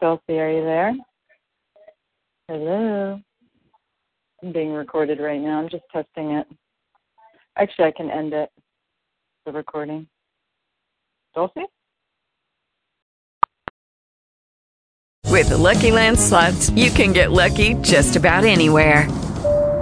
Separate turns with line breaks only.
Kelsey, are you there? Hello. I'm being recorded right now. I'm just testing it. Actually, I can end it, the recording. Kelsey?
With the Lucky Land slots, you can get lucky just about anywhere.